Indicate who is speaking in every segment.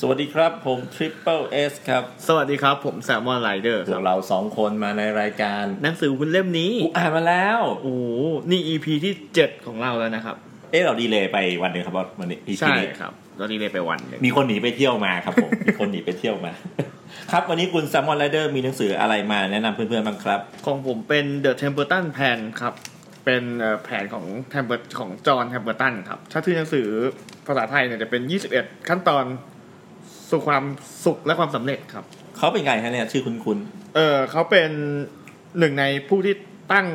Speaker 1: สวัสดีครับผม Triple S ครับ
Speaker 2: สวัสดีครับ ผมแซมมอนไรเดอร์
Speaker 1: พ
Speaker 2: คว รั
Speaker 1: ก
Speaker 2: บ
Speaker 1: เราสองคนมาในรายการ
Speaker 2: หนังสือคุณเล่มนี้
Speaker 1: อูอ่านมาแล้ว
Speaker 2: โอ้โหนี่ EP ที่ 7 ของเราแล้วนะครับ
Speaker 1: เอ๊ะเราดีเลย์ไปวันหนึ่งครับว่าวันนี้ EP
Speaker 2: ใช่
Speaker 1: นี้
Speaker 2: ครับตอนนี้เลยไปวันหนึ่ง
Speaker 1: มีคนหนีไปเที่ยวมาครับผม มีคนหนีไปเที่ยวมา ครับวันนี้คุณ s ซ m มอนไรเดอร์มีหนังสืออะไรมาแนะนำเพื่อนๆบ้างครับ
Speaker 2: ของผมเป็น The Templeton Plan ครับ เป็นเอ่อแผนของแทมเบอร์ของจอห์นแทมเบอร์ตันครับ ถ้าชื่อหนังสือภาษาไทยเนี่ยจะเป็น 21 ขั้นตอนสู่ความสุขและความสำเร็จครับ
Speaker 1: เขาเป็นไงฮะเนี่ยชื่อคุณคุณ
Speaker 2: เออเขาเป็นหนึ่งในผู้ที่ตั้ง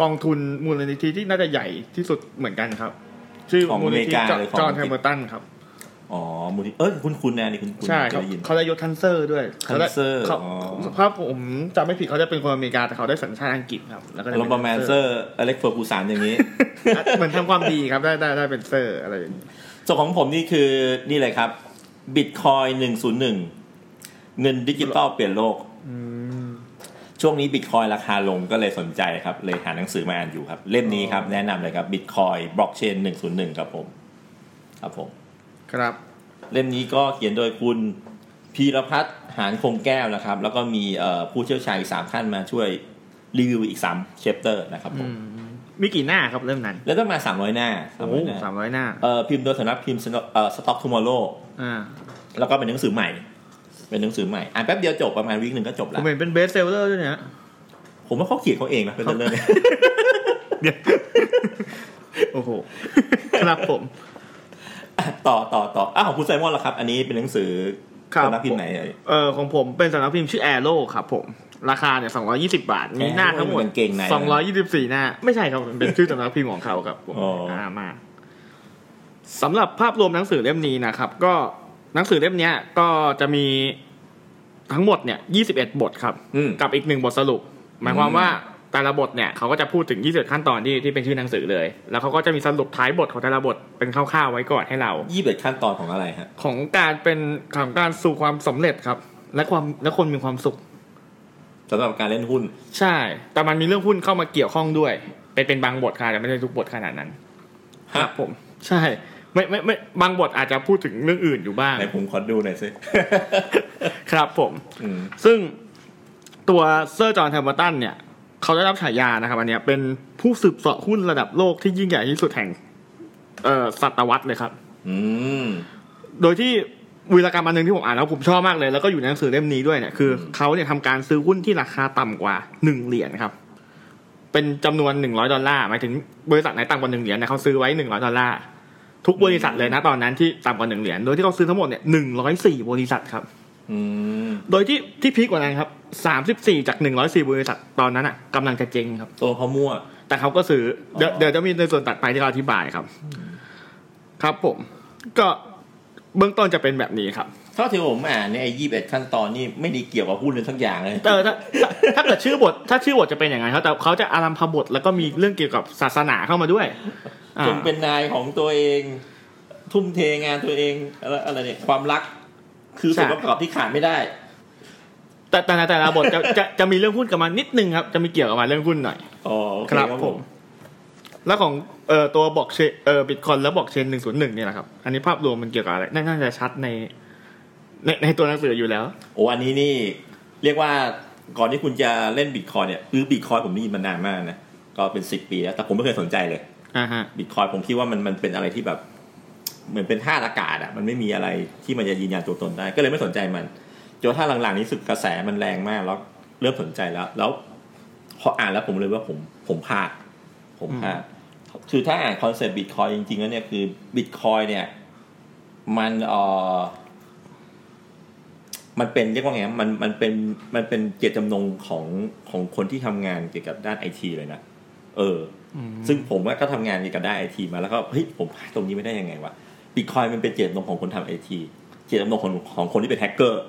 Speaker 2: กองทุนมูลนิธิที่น่าจะใหญ่ที่สุดเหมือนกันครับ ชื่อมูลนิธิจอจอห์นแทมเบอร์ตันครับ
Speaker 1: อ๋อมูลนิธิเอ้ยคุณคุณนะนี่คุณคุณ
Speaker 2: ใช่
Speaker 1: เคย
Speaker 2: เขา
Speaker 1: ได้ยิน
Speaker 2: เขาได้ยศทันเซอร์ด้วยขาได้
Speaker 1: Tanser
Speaker 2: เขา
Speaker 1: อ๋อ
Speaker 2: ภาพผมจำไม่ผิดเขาจะเป็นคนอเมริกาแต่เขาได้สัญชาติอังกฤษครับแล้วก็ได้
Speaker 1: โร
Speaker 2: เป็น
Speaker 1: บอแมนเซอ
Speaker 2: Tanser
Speaker 1: ร์อเล็กเฟอร์กูสานอย่างนี้
Speaker 2: เหมือนทำความดีครับได้ได้ได้เป็นเซอร์อะไรอย่างนี้
Speaker 1: ส่วนของผมนี่คือนี่เลยครับบิตคอยหนึ่งศูนย์หนึ่งเงินดิจิตอลเปลี่ยนโลก
Speaker 2: อืม
Speaker 1: ช่วงนี้บิตคอยราคาลงก็เลยสนใจครับ เลยหาหนังสือมาอ่านอยู่ครับ เล่มนี้ครับแนะนำเลยครับบิตคอยบล็อกเชนหนึ่งศูนย์หนึ่งครับผมครับผม
Speaker 2: ครับ
Speaker 1: เล่มนี้ก็เขียนโดยคุณพีรพัฒน์หานคงแก้วนะครับ แล้วก็มีเอ่อผู้เชี่ยวชาญอีกสามท่านมาช่วยรีวิวอีกสามเชปเตอร์นะครับผ
Speaker 2: อื
Speaker 1: ม
Speaker 2: มมีกี่หน้าครับเริ่มนั้น
Speaker 1: แล้วต้องมาสามร้อยหน้าสามร้
Speaker 2: โอ้
Speaker 1: อยหน้า
Speaker 2: สามร้อยหน้า
Speaker 1: เอ่อพิมพ์โดยสำนักพิมพ์สต็อกทูมอร์โล
Speaker 2: อ่า
Speaker 1: แล้วก็เป็นหนังสือใหม่ เป็นหนังสือใหม่ อ่านแป๊บเดียวจบประมาณวีคหนึ่งก็จบ
Speaker 2: ผ
Speaker 1: แล้ว
Speaker 2: มเห็นเป็นเบสเซลเลอร์ด้วยเนี่ย
Speaker 1: ผมว่าเขาเขียนเขาเองนะเป็นเรื่องเนี่ย
Speaker 2: เดี๋ยวโอ้โหครับผม
Speaker 1: ต่อต่อต่ออ้าวของคุณไซมอนล่ะครับ อันนี้เป็นหนังสือ
Speaker 2: ครับ
Speaker 1: สำนักพิมพ์ไหนเอ่ย
Speaker 2: เออของผมเป็นสำนักพิมพ์ชื่อแอโร่ครับผม ราคาเนี่ย220 บาท มีหน้าทั้งหมด
Speaker 1: เป็นเกงใน
Speaker 2: 224 หน้า ไม่ใช่ครับมันเป็นชื่อสำนักพิมพ์ของเขาครับผม
Speaker 1: อ๋ออ่
Speaker 2: มาสำหรับภาพรวมหนังสือเล่มนี้นะครับ ก็หนังสือเล่มเนี้ยก็จะมีทั้งหมดเนี่ย 21 บทครับ
Speaker 1: อืม
Speaker 2: กับอีกหนึ่งบทสรุป หมายความ
Speaker 1: อืม
Speaker 2: ว่าแต่ละบทเนี่ยเขาก็จะพูดถึง21ขั้นตอนที่ที่เป็นชื่อหนังสือเลย แล้วเขาก็จะมีสรุปท้ายบทของแต่ละบทเป็นคร่าวๆไว้ก่อนให้เรา
Speaker 1: ยี่สิบเอ็ดขั้นตอนของอะไรฮะ
Speaker 2: ของการเป็นของการสู่ความสำเร็จครับ และความและคนมีความสุข
Speaker 1: สำหรับการเล่นหุ้น
Speaker 2: ใช่ แต่มันมีเรื่องหุ้นเข้ามาเกี่ยวข้องด้วย เป็นเป็นบางบทค่ะแต่ไม่ได้ทุกบทขนาดนั้น
Speaker 1: ฮะ
Speaker 2: ผม ใช่ ไม่ไม่ไม่บางบทอาจจะพูดถึงเรื่องอื่นอยู่บ้าง
Speaker 1: ไหนผมขอดูหน่อยสิ
Speaker 2: ครับผม
Speaker 1: อืม
Speaker 2: ซึ่งตัวเซอร์จอห์นแทมเบอร์ตันเนี่ย เขาได้รับฉายานะครับอันเนี้ยเป็นผู้สืบเสาะหุ้นระดับโลกที่ยิ่งใหญ่ที่สุดแห่งเอ่อศตวรรษเลยครับ
Speaker 1: อืม
Speaker 2: โดยที่วีรกรรมอันหนึงที่ผมอ่านแล้วผมชอบมากเลย แล้วก็อยู่ในหนังสือเล่มนี้ด้วยเนี่ยคือเขาเนี่ยทำการซื้อหุ้นที่ราคาต่ำกว่าหนึ่งเหรียญครับ เป็นจำนวนหนึ่งร้อยดอลลาร์หมายถึงบริษัทไหนต่ำกว่าหนึ่งเหรียญเนี่ยเขาซื้อไว้หนึ่งร้อยดอลลาร์ทุกบริษัทเลยนะตอนนั้นที่ต่ำกว่าหนึ่งเหรียญโดยที่เขาซื้อทั้งหมดเนี่ยหนึ่งร้อยสี่บริษัทครับ
Speaker 1: อืม
Speaker 2: โดยที่ที่พีคกว่านั้นครับสามสิบสี่จากหนึ่งร้อยสี่บริษัทตอนนั้นอ่ะกำลังจะเจ๊งครับ
Speaker 1: ตัวเขามั่ว
Speaker 2: แต่เขาก็ซื้อเดี๋ยว
Speaker 1: อ๋อ
Speaker 2: เดี๋ยวจะมีในส่วนตัดไปที่เราอธิบายครับ ครับผม ก็เบื้องต้นจะเป็นแบบนี้ครับ
Speaker 1: เท่าที่ผมอ่านเนี่ยไอ้ยี่สิบเอ็ดขั้นตอนนี่ไม่ไดีเกี่ยวกับหุ้นเลยสักอย่างเลย
Speaker 2: เออถ้าถ้าถ้าเกิดชื่อบท ถ้าชื่อบทจะเป็นอย่างไงเขาแต่เขาจะอารัมพบทแล้วก็มีเรื่องเกี่ยวกับศาสนาเข้ามาด้วยอ่า
Speaker 1: จงเป็นนายของตัวเอง ทุ่มเทงานตัวเองอะไรอะไรเนี่ยความรัก คือส่วนประกอบที่ขาดไม่ได้
Speaker 2: แต่แต่ละแต่ละบทจะจะจะมีเรื่องหุ้นกับมานิดนึงครับ จะมีเกี่ยวกับมาเรื่องหุ้นหน่อย
Speaker 1: อ๋อโอเ
Speaker 2: ครับผม แล้วของเอ่อตัวบอกเชเอ่อบิตคอยแล้วบอกเชนหนึ่งศูนย์หนึ่งเนี่ยแหละครับ อันนี้ภาพรวมมันเกี่ยวกับอะไรน่าน่าจะชัดในในในตัวหนังสืออยู่แล้ว
Speaker 1: โอ้อันนี้นี่เรียกว่าก่อนที่คุณจะเล่นบิตคอยเนี่ยคือบิตคอยผมได้ยินมานานมากนะ ก็เป็นสิบปีแล้วแต่ผมไม่เคยสนใจเลย
Speaker 2: อ่าฮะ
Speaker 1: บิตคอยผมคิดว่ามันมันเป็นอะไรที่แบบ เหมือนเป็นท่าตุอากาศอะมันไม่มีอะไรที่มันจะยืนยันตัวตนได้ ก็เลยไม่สนใจมันจนถ้าหลังๆนี้สึกกระแสมันแรงมากแล้วเริ่มสนใจแล้ว แล้วพออ่านแล้วผมเลยว่าผมผมพลาดผมพลาดคือถ้าอ่านคอนเซปต์บิตคอยจริงๆแล้วเนี่ยคือบิตคอยเนี่ย มันเออ มันเป็นเรียกว่าไงครับมันมันเป็นมันเป็นเจตจำนงของของคนที่ทำงานเกี่ยวกับด้านไอทีเลยนะเอออซึ่งผมก็ทำงานเกี่ยวกับด้านไอทีมาแล้วก็เฮ้ยผมพลาดตรงนี้ไม่ได้ยังไงวะบิตคอยมันเป็นเจตจำนงของคนทำไอทีเจตจำนงของของคนที่เป็นแฮกเกอ ร์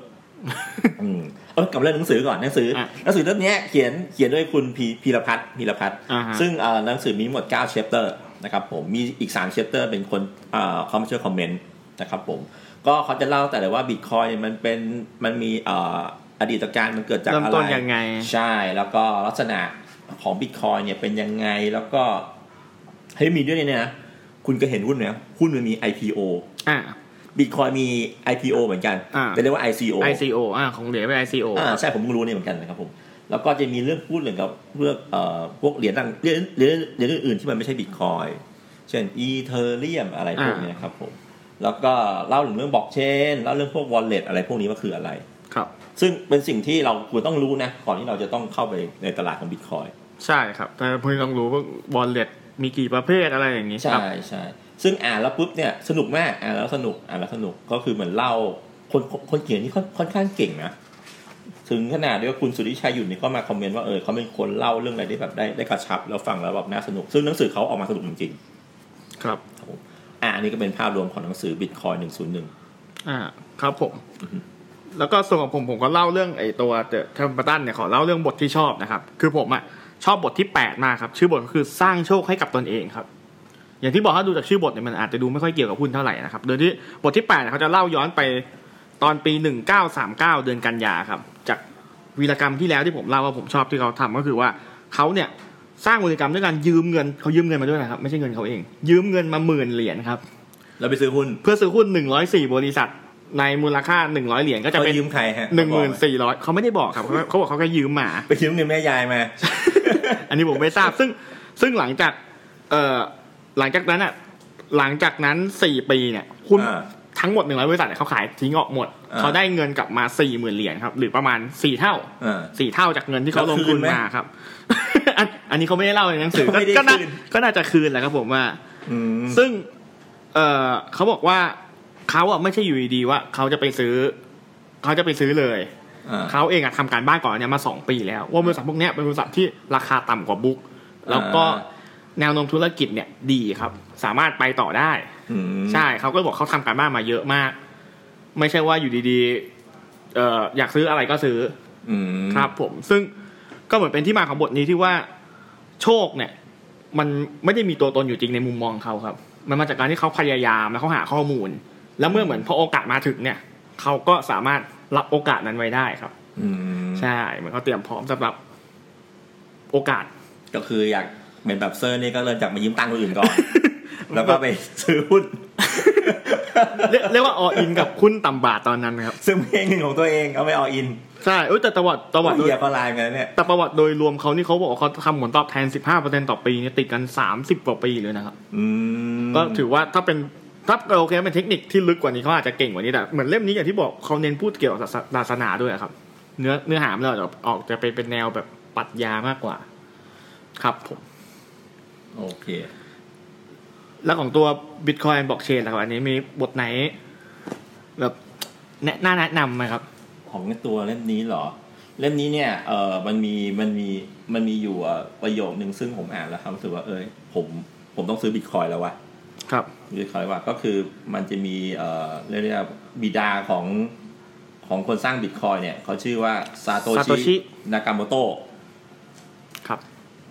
Speaker 1: อืมเออกลับมาเรื่องหนังสือก่อนหนังสืออะ หนังสือเล่มเนี้ยเขียนเขียนด้วยคุณพีพีรพัฒน์พีรพัฒน์
Speaker 2: อ่าฮะ
Speaker 1: ซึ่งเอ่อหนังสือมีหมด9เชปเตอร์นะครับผมมีอีก3เชปเตอร์เป็นคนเอ่อคอมเมนต์คอมเมนต์นะครับผม ก็เขาจะเล่าแต่เลยว่าบิตคอยมันเป็นมันมีเอ่ออดีตการมันเกิดจาก
Speaker 2: เริ่ม
Speaker 1: อะไร
Speaker 2: ต้นยังไง
Speaker 1: ใช่แล้วก็ลักษณะของบิตคอยเนี่ยเป็นยังไงแล้วก็เฮ้ยมีด้วยเนี่ยนะ คุณก็เห็นหุ้นเนี่ยหุ้นมันมี IPO
Speaker 2: อ่า
Speaker 1: บิตคอยมี IPO เหมือนกัน
Speaker 2: อ่า
Speaker 1: แต่เรียกว่า ICO
Speaker 2: ICO อ่าของเหรียญเป็น ICO
Speaker 1: อ่าใช่ผมเพิ่งรู้เนี่ยเหมือนกันนะครับผม แล้วก็จะมีเรื่องพูดเรื่องกับเรื่องเอ่อพวกเหรียญต่างเหรียญเหรียญเหรียญอื่นๆที่มันไม่ใช่บิตคอยเช่นอีเทอร์เรียมอะไรพวกเนี้ยครับผมแล้วก็เล่าถึงเรื่องบล็อกเชนเล่าเรื่องพวกวอลเล็ตอะไรพวกนี้ว่าคืออะไร
Speaker 2: ครับ
Speaker 1: ซึ่งเป็นสิ่งที่เราควรต้องรู้นะก่อนที่เราจะต้องเข้าไปในตลาดของบิตคอย
Speaker 2: ใช่ครับ แต่เพิ่งต้องรู้ว่าบอลเล็ตมีกี่ประเภทอะไรอย่างนี้ค
Speaker 1: ใช่
Speaker 2: รับ
Speaker 1: ใช่ซึ่งอ่านแล้วปุ๊บเนี่ยสนุกมากอ่านแล้วสนุกอ่านแล้วสนุกก็คือเหมือนเล่าคนคนคนเขียนนี่ค่อนค่อนข้างเก่งนะถึงขนาดที่ว่าคุณสุริชัยหยุ่นนี่ก็มาคอมเมนต์ว่าเออเขาเป็นคนเล่าเรื่องอะไรได้แบบได้ได้กระชับแล้วฟังแล้วแบบน่าสนุก ซึ่งหนังสือเขาออกมาสนุกจริง
Speaker 2: ครับ
Speaker 1: ๆครับผมอ่าอันนี้ก็เป็นภาพรวมของหนังสือบิตคอยหนึ่งศูนย์หนึ่ง
Speaker 2: อ่า ครับผม แล้วก็ส่วนของผมผมก็เล่าเรื่องไอ้ตัวเดอะเทมเปอร์ตันเนี่ยขอเล่าเรื่องบทที่ชอบนะครับ คือผมอ่ะชอบบทที่ 8 มากครับ ชื่อบทก็คือสร้างโชคให้กับตนเองครับ อย่างที่บอกถ้าดูจากชื่อบทเนี่ยมันอาจจะดูไม่ค่อยเกี่ยวกับหุ้นเท่าไหร่นะครับ โดยที่บทที่8เนี่ยเขาจะเล่าย้อนไปตอนปี 1939 เดือนกันยาครับ จากวีรกรรมที่แล้วที่ผมเล่าว่าผมชอบที่เขาทำก็คือว่าเขาเนี่ยสร้างวีรกรรมด้วยการยืมเงินเขายืมเงินมาด้วยนะครับไม่ใช่เงินเขาเอง ยืมเงินมาหมื่นเหรียญครับ
Speaker 1: แล้วไปซื้อหุ้น
Speaker 2: เพื่อซื้อหุ้น 104 บริษัท ในมูลค่า 100 เหรียญก็จะ
Speaker 1: ไป
Speaker 2: เป็น
Speaker 1: ยืมใครฮะ
Speaker 2: 1,400 เขาไม่ได้บอกครับเขาเขาบอกเขาแค่ยืมมา
Speaker 1: ไปยืมเงินแม่ยายมา
Speaker 2: อันนี้ผมไม่ทราบ ซึ่งซึ่งหลังจากเอ่อหลังจากนั้นอ่ะหลังจากนั้น 4 ปีเนี่ยหุ้น
Speaker 1: อ่า
Speaker 2: ทั้งหมด 100 บริษัทเนี่ยเขาขายทิ้งออกหมด
Speaker 1: อ่า
Speaker 2: เขาได้เงินกลับมา 40,000 เหรียญครับ หรือประมาณ 4 เท่า
Speaker 1: อ่า
Speaker 2: สี่เท่าจากเงินที่เขาลงทุนมาครับ อันอันนี้เขาไม่ได้เล่าในหนังสือก็
Speaker 1: ไม่ได้
Speaker 2: ก็น่า
Speaker 1: คืน
Speaker 2: ก็น่าจะคืนแหละครับผมว่า
Speaker 1: อืม
Speaker 2: ซึ่ง เออเขาบอกว่าเขาอ่ะไม่ใช่อยู่ดีๆว่าเขาจะไปซื้อ เขาจะไปซื้อเลย
Speaker 1: อ่า
Speaker 2: เขาเองอ่ะทำการบ้านก่อนอันเนี่ยมาสองปีแล้ว ว่าบริษัทพวกเนี้ยเป็นบริษัทที่ราคาต่ำกว่าบุ๊กแล้วก็
Speaker 1: อ่
Speaker 2: แนวโน้มธุรกิจเนี่ยดีครับ สามารถไปต่อได้
Speaker 1: อืม
Speaker 2: ใช่เขาก็บอกเขาทำการบ้านมาเยอะมาก ไม่ใช่ว่าอยู่ดีๆเอ่ออยากซื้ออะไรก็ซื้อ
Speaker 1: อืม
Speaker 2: ครับผมซึ่งก็เหมือนเป็นที่มาของบทนี้ที่ว่าโชคเนี่ย มันไม่ได้มีตัวตนอยู่จริงในมุมมองเขาครับ มันมาจากการที่เขาพยายามแล้วเขาหาข้อมูล แล้วเมื่อเหมือนพอโอกาสมาถึงเนี่ยเขาก็สามารถรับโอกาสนั้นไว้ได้ครับ
Speaker 1: อืม
Speaker 2: ใช่เหมือนเขาเตรียมพร้อมสำหรับโอกาส
Speaker 1: ก็คืออยากเป็นแบบเซอร์นี่ก็เริ่มจากมายืมตังค์คนอื่นก่ อน แล้วก็ไปซื้อหุ้น
Speaker 2: เรียกเรียกว่าออินกับคุณต่ำบาทตอนนั้นครับ
Speaker 1: ซึ่งเพลงหนึ่งของตัวเองเอาไปออกอิน
Speaker 2: ใช่เอ้ยแต่ตะวัดตะวัด
Speaker 1: เหยียบออนไลน์กันเนี่ย
Speaker 2: แต่ประวัติโดยรวมเขานี่เขาบอกว่าเขาทำผลตอบแทน 15%ต่อปีเนี่ยติดกัน 30กว่าปีเลยนะครับ
Speaker 1: อืม
Speaker 2: ก็ถือว่าถ้าเป็นถ้าโอเคเป็นเทคนิคที่ลึกกว่านี้เขาอาจจะเก่งกว่านี้แต่เหมือนเล่มนี้อย่างที่บอกเขาเน้นพูดเกี่ยวกับศาสศาสนาด้วยอะครับ เนื้อเนื้อหามันอาจจะออกจะเป็นเป็นแนวแบบปรัชญามากกว่า ครับผม
Speaker 1: โอเค
Speaker 2: แล้วของตัวบิตคอยน์บล็อกเชนนะครับอันนี้มีบทไหน แบบแนะน่าแนะนำไหมครับ
Speaker 1: ของตัวเล่มนี้เหรอ เล่มนี้เนี่ยเออมันมีมันมีมันมีอยู่เอ่อประโยคหนึ่งซึ่งผมอ่านแล้วครับรู้สึกว่าเอ้ยผมผมต้องซื้อบิตคอยแล้ววะ
Speaker 2: ครับ
Speaker 1: บิตคอยว่าก็คือมันจะมีเอ่อเรียกว่าบิดาของของคนสร้างบิตคอยเนี่ยเขาชื่อว่าซาโต
Speaker 2: Satoshi
Speaker 1: ชินากามโต
Speaker 2: ครับ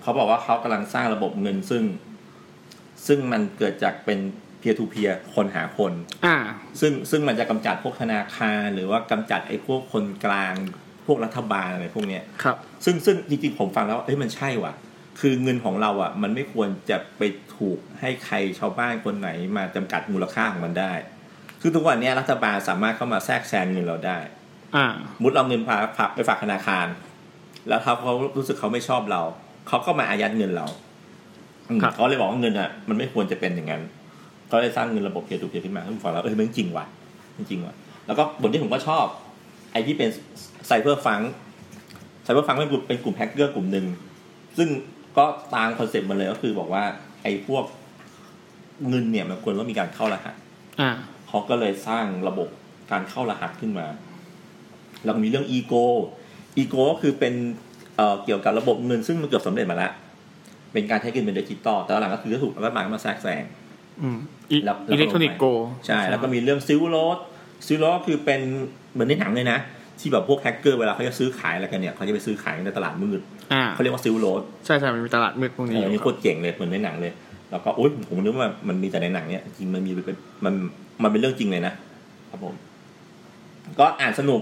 Speaker 1: เขาบอกว่าเขากำลังสร้างระบบเงินซึ่ง ซึ่งมันเกิดจากเป็นเพียร์ทูเพียร์คนหาคน
Speaker 2: อ่า
Speaker 1: ซึ่งซึ่งมันจะกำจัดพวกธนาคาร หรือว่ากำจัดไอ้พวกคนกลาง พวกรัฐบาลอะไรพวกเนี้ย
Speaker 2: ครับ
Speaker 1: ซึ่งซึ่งจริงๆผมฟังแล้วเอ้ยมันใช่ว่ะ คือเงินของเราอ่ะ มันไม่ควรจะไปถูกให้ใครชาวบ้านคนไหนมาจำกัดมูลค่าของมันได้ คือทุกวันเนี้ยรัฐบาลสามารถเข้ามาแทรกแซงเงินเราได้
Speaker 2: อ่า
Speaker 1: มุดเราเงินฝากฝากไปฝากธนาคาร แล้วถ้าเขารู้สึกเขาไม่ชอบเรา เขาก็มาอายัดเงินเราอืม
Speaker 2: ครับ
Speaker 1: เขาเลยบอกว่าเงินอ่ะ มันไม่ควรจะเป็นอย่างนั้น เขาเลยสร้างเงินระบบเพียร์ทูเพียร์ขึ้นมาซึ่งฟังแล้วเออมันจริงว่ะมันจริงว่ะแล้วก็บทที่ผมก็ชอบ ไอ้ที่เป็นไซเบอร์ฟังไซเบอร์ฟังเป็นกลุ่มเป็นกลุ่มแฮกเกอร์กลุ่มหนึ่งซึ่งก็ตามคอนเซ็ปต์มันเลยก็คือบอกว่าไอ้พวกเงินเนี่ยมันควรต้องมีการเข้ารหัส
Speaker 2: อ่า
Speaker 1: เขาก็เลยสร้างระบบการเข้ารหัสขึ้นมา แล้วก็มีเรื่องอีโก อีโกก็คือเป็นเอ่อเกี่ยวกับระบบเงินซึ่งมันเกือบสำเร็จมาแล้ว เป็นการใช้เงินเป็นดิจิตอล แต่หลังก็คือก็ถูกรัฐบาลมาแทรกแซง
Speaker 2: อืมอิ
Speaker 1: แล้วแล้วก็ลงไป
Speaker 2: อิเล็กทรอนิกส์โก
Speaker 1: ใช่ แล้วก็มีเรื่องซิลโรสซิลโรสคือเป็นเหมือนในหนังเลยนะ ที่แบบพวกแฮกเกอร์เวลาเขาจะซื้อขายอะไรกันเนี่ยเขาจะไปซื้อขายในตลาดมืด
Speaker 2: อ่า
Speaker 1: เขาเรียกว่าซิลโรส
Speaker 2: ใช่ใช่มันมีตลาดมืดพวกนี้
Speaker 1: เออ
Speaker 2: อ
Speaker 1: อัน
Speaker 2: ยู่
Speaker 1: นี้
Speaker 2: ค
Speaker 1: โครับ ตรเจ๋งเลยเหมือนในหนังเลย แล้วก็โอ๊ยผมนึกว่ามันมีแต่ในหนังเนี่ยจริงมันมีเป็นมันมันเป็นเรื่องจริงเลยนะครับผม ก็อ่านสนุก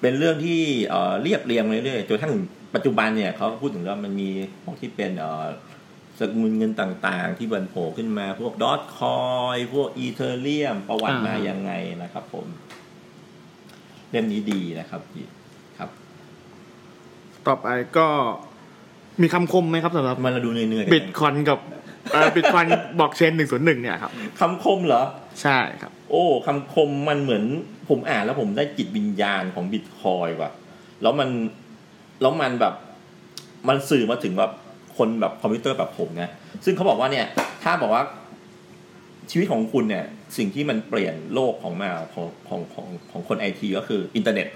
Speaker 1: เป็นเรื่องที่เอ่อเรียบเรียงเรื่อยๆจนกระทั่งปัจจุบันเนี่ยเขาก็พูดถึงว่ามันมีพวกที่เป็นเอ่อ สกุลเงินต่างๆ ที่บันโผล่ขึ้นมาพวกดอทคอยพวกอีเทอเรียมประวัติมา
Speaker 2: อ่ายั
Speaker 1: ยังไงนะครับผม เล่มนี้ดีนะครับพี่ครับ
Speaker 2: ต่อไปก็มีคำคมไหมครับสำหรับ
Speaker 1: มันเราดูเหนื่อยๆ
Speaker 2: บิ
Speaker 1: กั
Speaker 2: ตคอนกับบิตคอนบอกเชนหนึ่งศูนย์หนึ่งเนี่ยครับ
Speaker 1: คำคมเหรอ
Speaker 2: ใช่ครับ
Speaker 1: โอ้คำคมมันเหมือนผมอ่านแล้วผมได้จิตวิญญาณของบิตคอยน์ว่ะ แล้วมันแล้วมันแบบ มันสื่อมาถึงแบบคนแบบคอมพิวเตอร์แบบผมนะซึ่งเขาบอกว่าเนี่ย ถ้าบอกว่าชีวิตของคุณเนี่ย สิ่งที่มันเปลี่ยนโลกของมาของของของของคนไอทีก็คืออินเทอร์เน็ต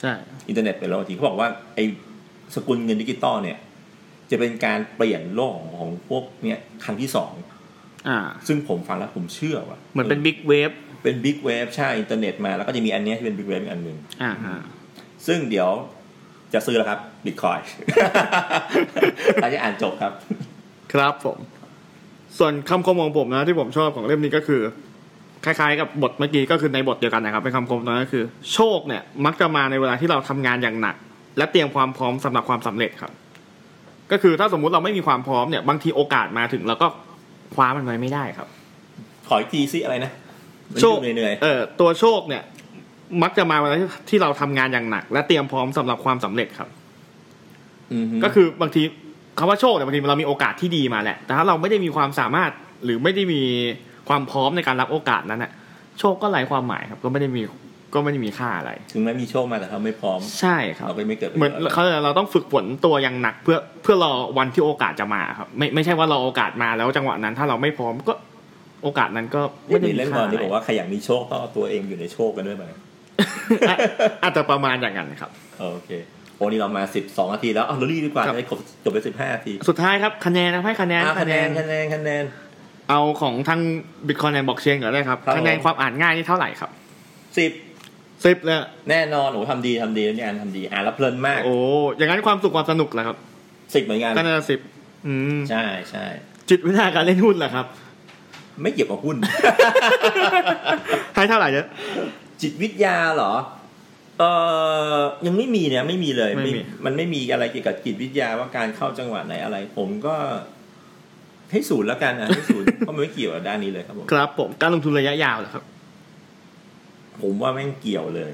Speaker 2: ใช่
Speaker 1: อินเทอร์เน็ตเป็นโลกไอทีเขาบอกว่าไอสกุลเงินดิจิตอลเนี่ย จะเป็นการเปลี่ยนโลกของพวกเนี่ยครั้งที่สอง
Speaker 2: อ่า
Speaker 1: ซึ่งผมฟังแล้วผมเชื่อว่ะ
Speaker 2: เหมือนเป็นบิ๊กเวฟ
Speaker 1: เป็นบิ๊กเวฟใช่อินเทอร์เน็ตมาแล้วก็จะมีอันเนี้ยที่เป็นบิ๊กเวฟอีกอันหนึ่ง
Speaker 2: อ่า
Speaker 1: ซึ่งเดี๋ยวจะซื้อแล้วครับบิตคอย หลังจาก อ่านจบครับ
Speaker 2: ครับผม ส่วนคำคมของผมนะที่ผมชอบของเล่มนี้ก็คือ คล้ายๆกับบทเมื่อกี้ก็คือในบทเดียวกันนะครับ เป็นคำคมตอนนั้นก็คือ โชคเนี่ย มักจะมาในเวลาที่เราทำงานอย่างหนัก และเตรียมความพร้อมสำหรับความสำเร็จครับ ก็คือถ้าสมมุติเราไม่มีความพร้อมเนี่ยบางทีโอกาสมาถึงเราก็คว้ามันไว้ไม่ได้ครับ
Speaker 1: ขออีกทีซิอะไรนะ
Speaker 2: โชค
Speaker 1: เหนื่อย
Speaker 2: เอ่อตัวโชคเนี่ย มักจะมาเวลาที่เราทำงานอย่างหนัก และเตรียมพร้อมสำหรับความสำเร็จครับ
Speaker 1: ๆอือฮึ
Speaker 2: ก็คือบางทีคำว่าโชคเนี่ยบางทีเรามีโอกาสที่ดีมาแหละ แต่ถ้าเราไม่ได้มีความสามารถหรือไม่ได้มีความพร้อมในการรับโอกาสนั้นน่ะโชคก็ไร้ความหมายครับ ก็ไม่ได้มีก็ไม่ได้มีค่าอะไร
Speaker 1: ถึงแม้มีโชคมาแต่เขาไม่พร้อม
Speaker 2: ใช่ครับ
Speaker 1: เราก็ไม่เกิดประ
Speaker 2: เหมือน
Speaker 1: โยช
Speaker 2: เขาเราต้องฝึกฝนตัวอย่างหนักเพื่อเพื่อรอวันที่โอกาสจะมาครับ ไม่ไม่ใช่ว่ารอโอกาสมาแล้วจังหวะนั้นถ้าเราไม่พร้อมก็โอกาสนั้นก็ไม่
Speaker 1: ไม่
Speaker 2: ได้
Speaker 1: มี
Speaker 2: มี
Speaker 1: เล่น
Speaker 2: ค่า
Speaker 1: ก่อน
Speaker 2: อะไร
Speaker 1: ที่บอกว่าใครอยากมีโชคต้องเอาตัวเองอยู่ในโชคกันด้วยไหม
Speaker 2: อ่ะ อาจจะประมาณอย่างนั้นครับ
Speaker 1: โอเคโอ้นี่เรามาสิบสองนาทีแล้วเอาเรารีบดีกว่า
Speaker 2: ครับ
Speaker 1: จะได้ครบจบไปสิบห้านาที
Speaker 2: สุดท้ายครับคะแนนนะให้คะแนน
Speaker 1: อ่ะคะแนนคะแนนคะแนน
Speaker 2: เอาของทางบิตคอยน์บอกเชียงก่อนเลยครับ
Speaker 1: ครับ
Speaker 2: คะแนนความอ่านง่ายนี่เท่าไหร่ครับ
Speaker 1: สิบ
Speaker 2: สิบเลย
Speaker 1: แน่นอนโอ้ทำดีทำดีแล้วเนี่ยอ่านทำดีอ่านแล้วเพลินมาก
Speaker 2: โอ้ อย่างนั้นความสุขความสนุกแหละครับ
Speaker 1: สิบเหมือนกัน
Speaker 2: ก็น่าจะสิบอืม
Speaker 1: ใช่ใช่
Speaker 2: จิตวิทยาการเล่นหุ้นแหละ ครับ
Speaker 1: ไม่เกี่ยวกับหุ้น
Speaker 2: ให้เท่าไหร่เนี่ย
Speaker 1: จิตวิทยาเหรอ เอ่อ ยังไม่มีเนี่ย ไม่มีเลย
Speaker 2: ไม่มี
Speaker 1: มันไม่มีอะไรเกี่ยวกับจิตวิทยาว่าการเข้าจังหวะไหนอะไร ผมก็ให้ศูนย์แล้วกัน นะให้ศูนย์ เพราะมันไม่เกี่ยวกับด้านนี้เลยครับผม
Speaker 2: ครับผมการลงทุนระยะยาวเหรอครับ
Speaker 1: ผมว่าแม่งเกี่ยวเลย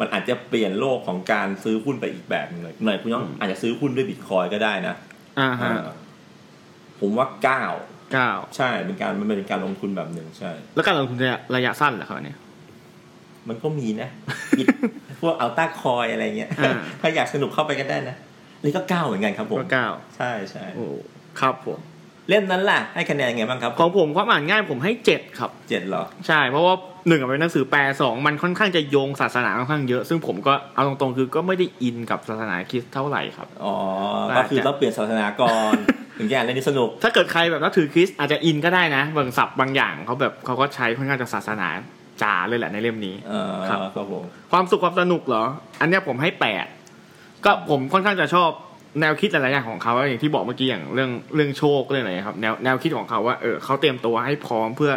Speaker 1: มันอาจจะเปลี่ยนโลกของการซื้อหุ้นไปอีกแบบหนึงเลยหน่อยคุณน้อง
Speaker 2: อืม
Speaker 1: อาจจะซื้อหุ้นด้วยบิตคอยก็ได้นะ
Speaker 2: อ่าฮะ
Speaker 1: อ่าผมว่าเก้า
Speaker 2: เก้า
Speaker 1: ใช่เป็นการมันเป็นการลงทุนแบบหนึ่งใช่
Speaker 2: แล้วการลงทุนระยะสั้นเหรอครับอันเนี่ย
Speaker 1: มันก็มีนะ บิตพวกอัลต้าคอยอะไรเงี้ย
Speaker 2: อ่า
Speaker 1: ถ้าอยากสนุกเข้าไปก็ได้นะนี่ก็เก้าเหมือนกันครับผม
Speaker 2: ก็เก้า
Speaker 1: ใช่ใช่
Speaker 2: โอ้ครับผม
Speaker 1: เล่มนั้นล่ะ ให้คะแนนยังไงบ้างครับ
Speaker 2: ของผมความอ่านง่ายผมให้เจ็ดครับ
Speaker 1: เจ็ดเหรอ
Speaker 2: ใช่ เพราะว่าหนึ่งอะเป็นหนังสือแปลสองมันค่อนข้างจะโยงศาสนาค่อนข้างเยอะ ซึ่งผมก็เอาตรงๆคือก็ไม่ได้อินกับศาสนาคริสต์เท่าไหร่ครับ
Speaker 1: อ๋อ
Speaker 2: ได้
Speaker 1: ก็คือ
Speaker 2: จ้ะ
Speaker 1: ต้องเปลี่ยนศาสนาก่อน ถึงจะอ่านเล่มนี้สนุก
Speaker 2: ถ้าเกิดใครแบบนับถือคริสต์อาจจะอินก็ได้นะบางศัพท์บางอย่างเขาแบบเขาก็ใช้ค่อนข้างจะศาสนาจ๋าเลยแหละในเล่มนี้
Speaker 1: เออ
Speaker 2: ครับ
Speaker 1: ครับผม
Speaker 2: ความสุขความสนุกเหรอ อันเนี้ยผมให้แปดก็ผมค่อนข้างจะชอบแนวคิดหลายๆอย่างของเขาอย่างที่บอกเมื่อกี้อย่างเรื่องเรื่องโชคเรื่องอะไรครับแนวแนวคิดของเขาว่าเออเขาเตรียมตัวให้พร้อมเพื่อ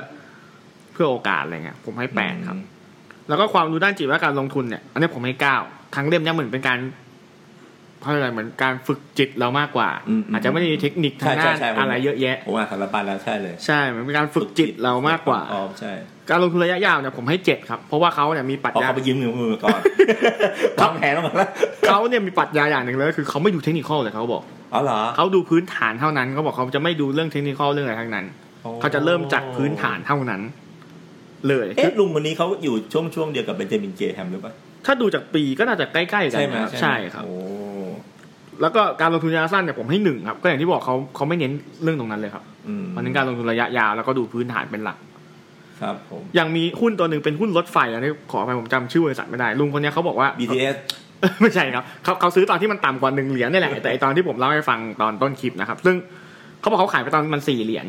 Speaker 2: เพื่อโอกาสอะไรเงี้ยผมให้แปดครับ แล้วก็ความรู้ด้านจิตวิทยาการลงทุนเนี่ยอันเนี้ยผมให้เก้าทั้งเล่มเนี่ยเหมือนเป็นการเขาเรียกอะไรเหมือนการฝึกจิตเรามากกว่า
Speaker 1: อืมอืม
Speaker 2: อาจจะไม่ได้มีเทคนิคทาง
Speaker 1: ใช่
Speaker 2: ด้าน
Speaker 1: ใช่ใช่ผม
Speaker 2: อะไรเยอะแยะ
Speaker 1: ผมอ่านสารบัญแล้วใช่เลย
Speaker 2: ใช่มันเป็นการฝึกจิตเรามากกว่า
Speaker 1: อ๋อใช่
Speaker 2: การลงทุนระยะยาวเนี่ยผมให้เจ็ดครับ เพราะว่าเขาเนี่ยมีปรัช
Speaker 1: เพราะ
Speaker 2: ญา
Speaker 1: เขาไปยืมเงินมือมาก่อน
Speaker 2: ครั
Speaker 1: วา
Speaker 2: บ
Speaker 1: งแผนต้องมา แล้ว
Speaker 2: เขาเนี่ยมีปรัชญาอย่างหนึ่งเลยก็คือเขาไม่ดูเทคนิคอลเลยเขาบอก
Speaker 1: อ๋อเหรอ
Speaker 2: เขาดูพื้นฐานเท่านั้นเขาบอกเขาจะไม่ดูเรื่องเทคนิคอลเรื่องอะไรทั้งนั้นเขาจะเริ่มจากพื้นฐานเท่านั้น เลย
Speaker 1: เอ๊ะลุงคนนี้เขาอยู่ช่วงช่วงๆเดียวกับเบนจามินเกแฮมหรือเปล่า
Speaker 2: ถ้าดูจากปีก็น่าจะใกล้ๆกัน
Speaker 1: ใช่ไหม
Speaker 2: นะครับ
Speaker 1: ไหม
Speaker 2: ใช่ครับ
Speaker 1: โอ้
Speaker 2: แล้วก็การลงทุนระยะสั้นเนี่ยผมให้หนึ่งครับ ก็อย่างที่บอกเขาเขาไม่เน้นเรื่องตรงนั้นเลยครับ
Speaker 1: อืม
Speaker 2: มันเน้นการลงทุนระยะยาวแล้วก็ดูพื้นฐานเป็นหลัก
Speaker 1: ครับผม
Speaker 2: อย่างมีหุ้นตัวหนึ่งเป็นหุ้นรถไฟอันนี้ขอไปผมจำชื่อบริษัทไม่ได้ลุงคนเนี้ยเขาบอกว่า
Speaker 1: BTS
Speaker 2: ไม่ใช่ครับเขาเขาซื้อตอนที่มันต่ำกว่าหนึ่งเหรียญนี่แหละแต่ไอตอนที่ผมเล่าให้ฟังตอนต้นคลิปนะครับ ซึ่งเขาบอกเขาขายไปตอนมันสี่เหรียญ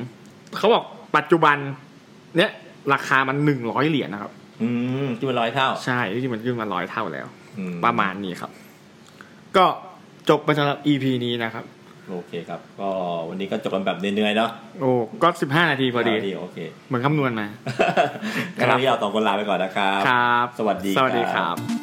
Speaker 2: เขาบอกปัจจุบัน เนี่ยราคามันหนึ่งร้อยเหรียญนะครับ
Speaker 1: อืมที่มันร้อยเท่า
Speaker 2: ใช่ที่มันขึ้นมาร้อยเท่าแล้ว
Speaker 1: อื
Speaker 2: ประมาณนี้ครับ ก็จบไปสำหรับ EP นี้นะครับ
Speaker 1: โอเคครับ ก็วันนี้ก็จบกันแบบเหนื่อยๆเนาะ
Speaker 2: โอ้ก็สิบห้านาทีพอดี
Speaker 1: โอเค
Speaker 2: เหมือนคำนวณมา
Speaker 1: งั้นวันนี้เราสองคนลาไปก่อนนะครับ
Speaker 2: ครับ
Speaker 1: สวัสดี
Speaker 2: สวัสดีครับ